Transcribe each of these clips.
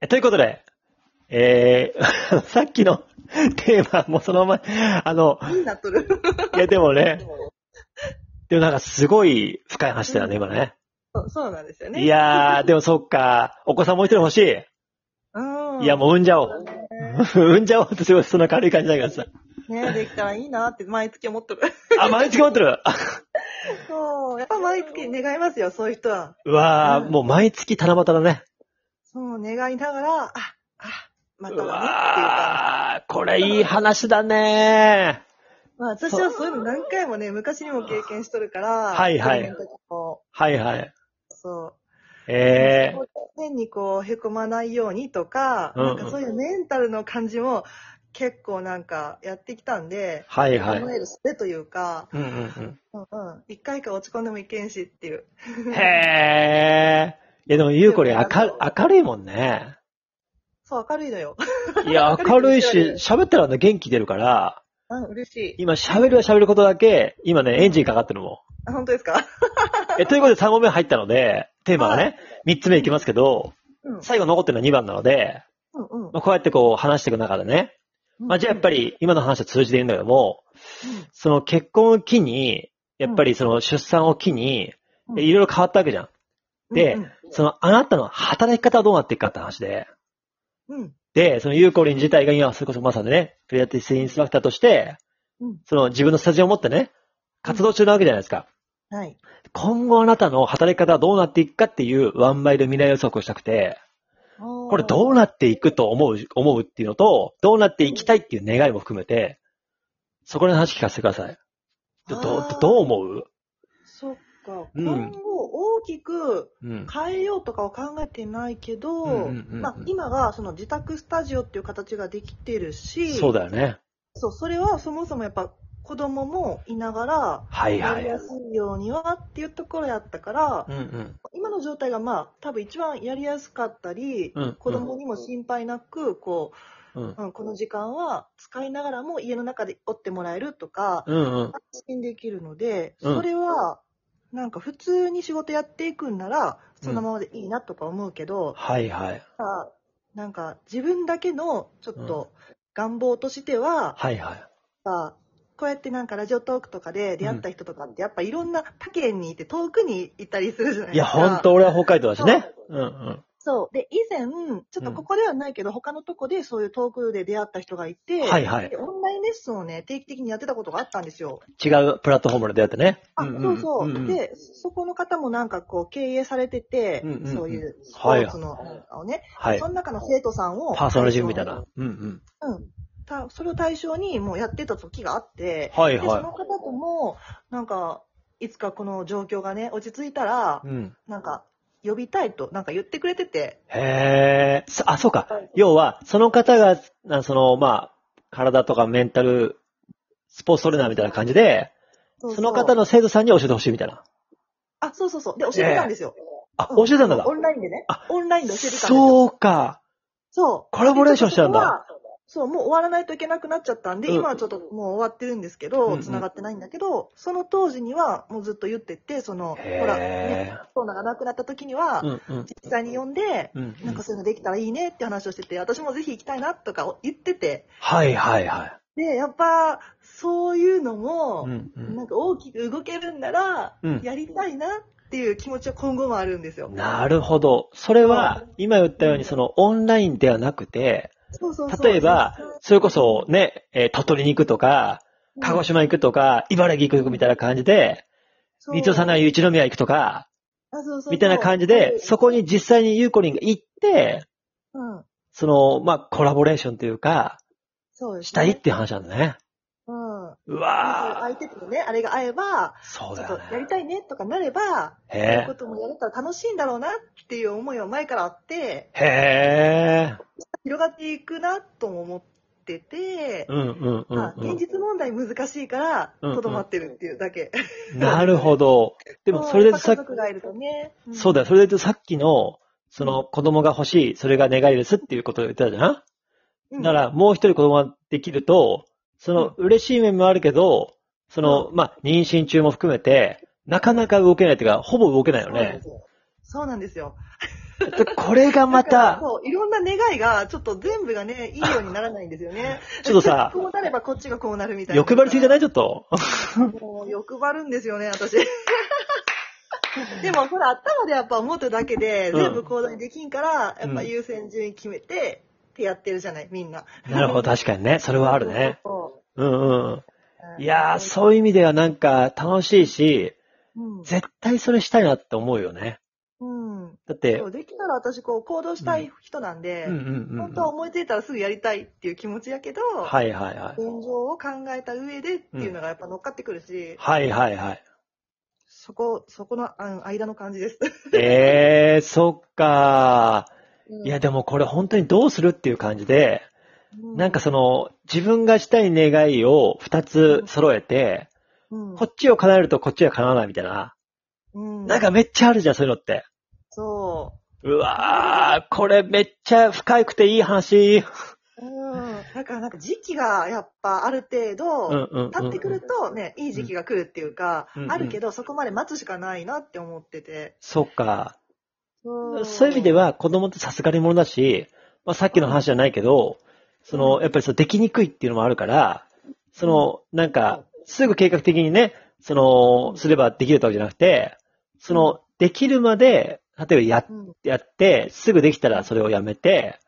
えということで、えー、 さっきのテーマもそのまま、あの、になっとる。いやでもね、でもなんかすごい深い話だよね、今ね。そうそうなんですよね。いやー、でもそっか、お子さんもう一人欲しい。うん。いや、もう産んじゃおう。産んじゃおうってすごいそんな軽い感じだけどさ。ね、できたらいいなって毎月思っとる。あ、毎月持ってる。 そう。やっぱ毎月願いますよ、そういう人は。うわうー、んもう毎月七夕だね。そう、願いながら、あ、あ、またうだねっていうか。わー、これいい話だねまあ私はそういうの何回もね、昔にも経験しとるから。はいはい去年とかもはいはい。そう。えー、変にこう、へこまないようにとか、うんうんなんかそういうメンタルの感じも結構なんかやってきたんで、はい考はい。える術というか、うんうんうんうん、一回か落ち込んでもいけんしっていう。うん。へー。いやでも、ゆうこり明る明るいもんね。そう、明るいのよ。いや、明るい し、喋ったらね、元気出るから、うん、嬉しい。今喋るは喋ることだけ、今ね、エンジンかかってるもあ、本当ですかん。え、ということで3問目入ったので、テーマがね、3つ目いきますけど、うん。最後残ってるのは2番なので、うんうんまあ、こうやってこう話していく中でね、まあ、じゃあやっぱり今の話は通じていいんだけども、その結婚を機に、やっぱりその出産を機に、うんいろいろ変わったわけじゃん。でうんそのあなたの働き方はどうなっていくかって話で、うん。で、そのゆうこりん自体が今、それこそまさにね、プレアティスインストラクターとして、うんその自分のスタジオを持ってね、活動中なわけじゃないですか。うん。はい。今後あなたの働き方はどうなっていくかっていうワンマイル未来予測をしたくて、ここれどうなっていくと思う、思うっていうのと、どうなっていきたいっていう願いも含めて、そこら辺の話聞かせてください。ど、どあーどう思うそっか。うん今後大きくうん。変えようとかは考えてないけど、うんうんうんうんまあ、今がその自宅スタジオっていう形ができてるし、そうだよね。そう、それはそもそもやっぱ子供もいながら、はいやはりい。やすいようにはっていうところやったから、うんうん。今の状態がまあ多分一番やりやすかったり、うん子供にも心配なく、こうん。う、うん、この時間は使いながらも家の中でおってもらえるとか、うんうん。安心できるので、うんそれは、なんか普通に仕事やっていくんなら、そのままでいいなとか思うけど、はいはい。あなんか自分だけのちょっと願望としては、はいはい。あこうやってなんかラジオトークとかで出会った人とかって、やっぱいろんな他県にいて遠くに行ったりするじゃないいでや、すか。ほんと俺は北海道だしね。うんうん。そう。で、以前、ちょっとここではないけど、他のとこでそういうトークで出会った人がいて、はいはいで。オンラインレッスンをね、定期的にやってたことがあったんですよ。違うプラットフォームで出会ってね。あ、んんそうそう、んんで、そこの方もなんかこう、経営されてて、うんうんうんそういうスポーツの、をね、はいそ。の中の生徒さんを、パーソナルジムみたいな。うんうん。うん。たそれを対象にもうやってた時があって、はいでそのは方とも、なんか、いつかこの状況がね、落ち着いたらい。、うん。なんか、呼びたいと、なんか言ってくれてて、へえ。そあ、そうか。要は、その方が、なその、まあ、体とかメンタル、スポーツトレーナーみたいな感じで、ううその方の生徒さんに教えてほしいみたいな。あ、そうそうそう。で、教えてたんですよ。あ、うん教えてたんだ。オンラインでねあ。オンラインで教えてたんですよ。そうか。そう。コラボレーションしたんだ。そう、もう終わらないといけなくなっちゃったんで、うん今はちょっともう終わってるんですけうんうど、ん繋がってないんだけど、その当時にはもうずっと言ってて、その、ほら、ねへコロナがなくなった時にえ。はう、んうん。実際に呼んで、うんうなんんかそういうのできたらいいねって話をしてて、私もぜひ行きたいなとか言ってて、はいはいはで、やっぱ、そういうのい。うも、んうんなんか大きく動けるんならうん、やりたいなっていう気持ちは今後もあるんですよ。なるほど。それは、今言ったように、その、オンラインではなくて、そうそうそう例えば、それこそね、えー鳥取に行くとか、鹿児島行くとか、茨城行くみたいな感じで、伊藤さんが一宮行くとか、みたいな感じで、そこ、に実際にゆうこりんが行って、あそうそうそううん、その、まあ、コラボレーションというか、そうですねしたいっていう話なんだね。うん。う相わ手とのね、あれが合えば、ぁ。そうちょだっよとやりね。たいねとかなれば、そういへうこともやれたら楽しいんだろうなっていう思いは前からあって、ぇ。へぇ。広がっていくなとも思ってて、うんうんうまあん現実問題難しいから、うんうんとどまってるっていうだけ。うん。なるほど。でも、それでささ 家っき、族がいるとね。んそうだよ。それで言うとさっきの、その子供が欲しい、それが願いですっていうことを言ってたじゃんうんなら、もう一人子供ができると、その、嬉しい面もあるけど、その、まあ、妊娠中も含めて、なかなか動けないっていうか、ほぼ動けないよそうなんでね。すよそうなんですよ。でこれがま た、そう、いろんな願いが、ちょっと全部がね、いいようにならないんですよね。 ちょっとさこうなればこっちがこうなるみたいな。欲張りすぎじゃないちょっと。もう欲張るんですよね、私。 でも、ほら、頭でやっぱ思っただけで、うん全部行動にできんから、やっぱうん優先順位決めて、ってやってるじゃない、みんな。 なるほど、確かにね。それはあるね。そうんうん。う。そういやー、そういう意味ではなんか楽しいし、うん。絶対それしたいなって思うよね。うん。だってそ、うできたら私、こう、行動したい人なんで、うんうんうん。本当は思いついたらすぐやりたいっていう気持ちやけど、はいはいはい。現状を考えた上でっていうのがやっぱ乗っかってくるし、はいはいはい。そこ、そこのあの間の感じです。ええー、そっかー。いやうでもこれ本当にどうするっていう感じで、ん、なんかその、自分がしたい願いを二つ揃えて、うん、こっちを叶えるとこっちは叶わないみたいな。うん、なんかめっちゃあるじゃん、そういうのって。そうわー、これめっちゃ深くていい話。う。うん。だからなんか時期がやっぱある程うんうん度、うんうん。経ってくるとね、いい時期が来るっていうか、うんうんあるけどそこまで待つしかないなって思ってて。そっか。うんそういう意味で、は子供ってさすがにものだし、まあ、さっきの話じゃないけど、その、やっぱりそのできにくいっていうのもあるから、その、なんか、すぐ計画的にね、その、すればできるってわけじゃなくて、その、できるまで、例えばやっうん、やって、すぐできたらそれをやめて、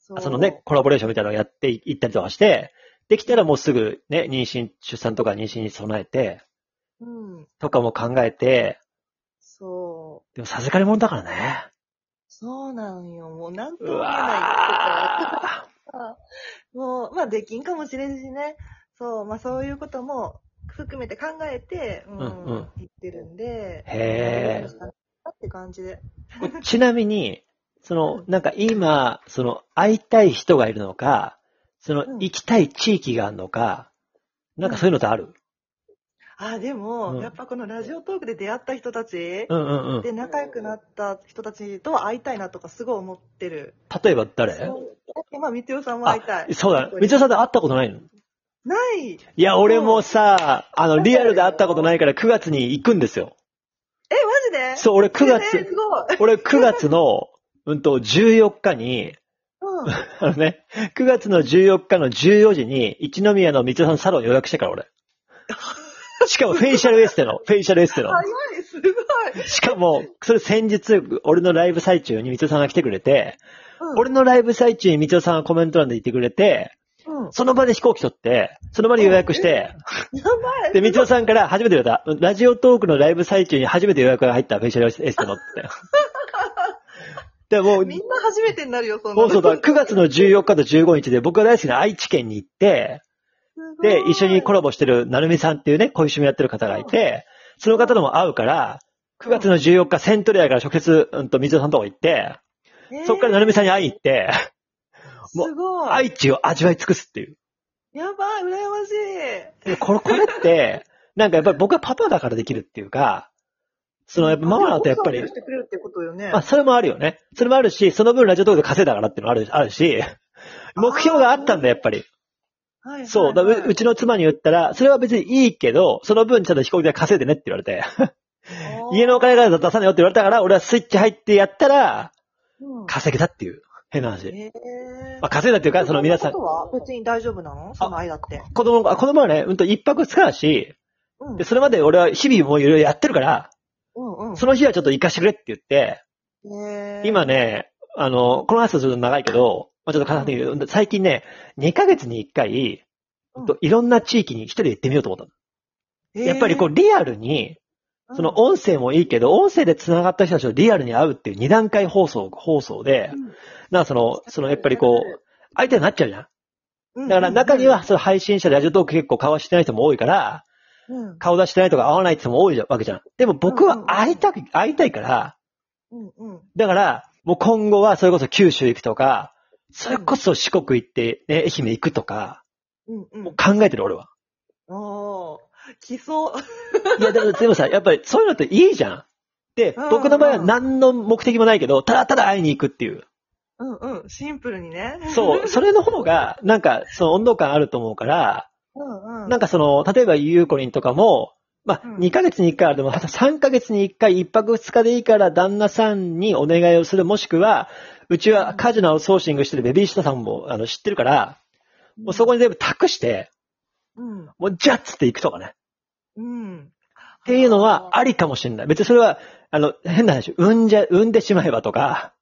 そうそのね、コラボレーションみたいなのをやっていったりとかして、できたらもうすぐね、妊娠、出産とか妊娠に備えて、うん。とかも考えて、そう。でもさすがにものだからね。そうなんよ。もうなんとうも言えわー。ないってか。 もう、まあできんかもしれんしね。そう、まあそういうことも含めて考えて、うん、うんうん言ってるんで。へーー。って感じで。ちなみに、その、なんか今、その、会いたい人がいるのか、そのう、ん行きたい地域があるのか、なんかそういうのってあるあ、でも、うんやっぱこのラジオトークで出会った人たち、うんうんうん。で、仲良くなった人たちとは会いたいなとかすごい思ってる。例えば誰そうまあ、みつよさんも会いたい。そうだ。みちおさんと会ったことないのないいや、俺もさ、あの、リアルで会ったことないから9月に行くんですよ。え、マジでそう、俺9えす月、ごい。俺9月の、 うんと、14日に、うん。あのね、9月の14日の14時に、一宮のみちおさんのサロン予約したから、 俺。しかもフェイシャルエステの、フェイシャルエステの。早い、すごい。しかも、それ先日、俺のライブ最中にみつおさんが来てくれて、うん、俺のライブ最中にみつおさんがコメント欄で言ってくれて、うん。その場で飛行機取って、その場で予約して、やばい。で、みつおさんから初めて言われた、ラジオトークのライブ最中に初めて予約が入ったフェイシャルエステのって。で、もう、みんな初めてになるよ、そんなもの。うそうだ、9月の14日と15日で僕が大好きな愛知県に行って、すごいで、一緒にコラボしてる、なるみさんっていうね、こういう趣味やってる方がいて、その方とも会うから、9月の14日、セントレアから直接、うんと、水尾さんとこ行って、えーそっからなるみさんに会いに行って、もうすごい。愛知を味わい尽くすっていう。やばい、羨ましい。でこれ、これって、なんかやっぱり僕はパパだからできるっていうか、その、やっぱママだとやっぱり奥さんが許し、てくれるってことよね。 まあ、それもあるよね。それもあるし、その分ラジオトークで稼いだからっていうのもあるあるし、目標があったんだ、やっぱり。はいはいはいそう。だううちの妻に言ったら、それは別にいいけど、その分ちゃんと飛行機で稼いでねって言われて。おー家のお金から出さないよって言われたから、俺はスイッチ入ってやったら、うん稼げたっていう、変な話。へーまあ、稼いだっていうか、その皆さん子、供のことは別に大丈夫なのその間って。子供、あ子供はね、うんと一泊つかだし、うんで、。それまで俺は日々もういろいろやってるから、うんうんその日はちょっと行かしてくれって言って、へー今ね、あの、この話はちょっと長いけど、まあ、ちょっと簡単に言うと最近ね、2ヶ月に1回、うんといろんな地域に一人で行ってみようと思ったの。やっぱりこう、リアルに、うん、その音声もいいけど、音声で繋がった人たちとリアルに会うっていう2段階放送、放送で、なんかその、そのやっぱりこう、相手になっちゃうじゃん。うん、だから中には、その配信者でラジオトーク結構顔してない人も多いから、うん、うん顔出してないとか会わない人も多いわけじゃん。でも僕は会いたく、会いたいから、うんうん。だから、もう今後はそれこそ九州行くとか、それこそ四国行って、ね、愛媛行くとか、うんう。もうん考えてる俺は。おー、来そう。 いや、でもでもさ、やっぱりそういうのっていいじゃん。でうんう、ん僕の場合は何の目的もないけど、ただただ会いに行くっていう。うんうん。シンプルにね。そう、それの方が、なんか、その温度感あると思うから、 うんうん。なんかその、例えばゆうこりんとかも、まあ、うん2ヶ月に1回あるでも、3ヶ月に1回、1泊2日でいいから旦那さんにお願いをする、もしくは、うちはカジノをソーシングしてるベビーシッターさんもあの知ってるから、もうそこに全部託して、うん。もうじゃっつって行くとかね。うん。っっていうのはありかもしれない。別にそれは、あの、変な話、産んじゃ、産んでしまえばとか。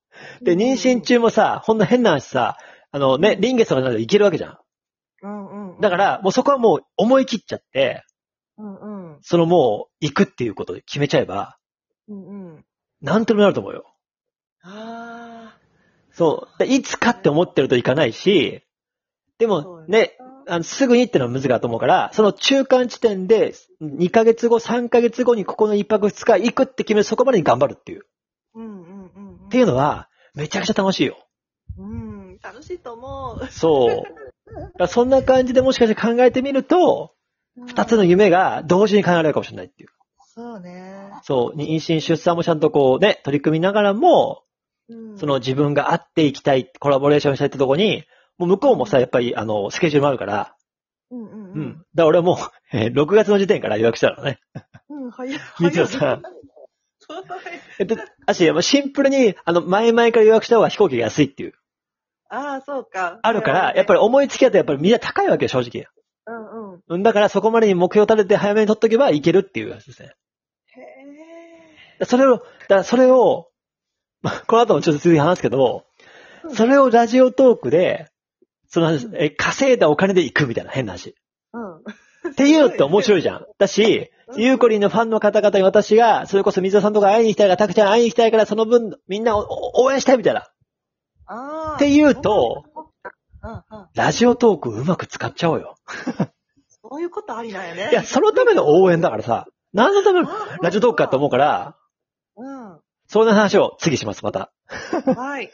で、妊娠。中もさ、ほんの変な話さ、あのね、臨月とかになるといけるわけじゃん。うんうんうん。だか、ら、もうそこはもう思い切っちゃって、うんうん。そのもう行くっていうことで決めちゃえば、うんうん。なんとでもなると思うよ。あそう。でいつかって思ってるといかないし、でそうもよねね、あのすぐにってのは難しいと思うから、その中間地点で2ヶ月後、3ヶ月後にここの1泊2日行くって決めるそこまでに頑張るっていう。ー。うんうんうん。っっていうのは、めちゃくちゃ楽しいよ。うん。楽しいと思う。そう。だからそんな感じでもしかして考えてみると、二つの夢が同時に叶えられるかもしれないっていう。そうね。そう、妊娠、出産もちゃんとこうね、取り組みながらも、うんその、自分が会っていきたい、コラボレーションしたいってとこに、もう向こうもさ、やっぱり、あの、スケジュールもあるから、うんうんう。うんだんか。ら俺はもう、えー6月の時点から予約したのね。うん、早い。みつおさん。そうえっと、あし、もうシンプルに、あの、前々から予約した方が飛行機が安いっていう。ああ、そうか。あるから、やっぱり。り思いつきだとやっぱりみんな高いわけよ、正直。うんうん。うん、だからそこまでに目標を立てて早めに取っとけばいけるっていうやつですね。へえ。それを、だからそれを、 まあ、この後もちょっと続き話すけどう、んそれをラジオトークで、その、え、稼いだお金で行くみたいな変な話。うん。っていうのって面白いじゃん。だし、ゆうこりんのファンの方々に私が、それこそ水田さんとか会いに行きたいから、たくちゃん会いに行きたいから、その分、みんなをお応援したいみたいな。ああ。っていうとうんうん。ラジオトークうまく使っちゃおうよ。そういうことありなんやね。いや、そのための応援だからさ、何のためのあーラジオトークかと思うから、うん。そんな話を次します、また。はい。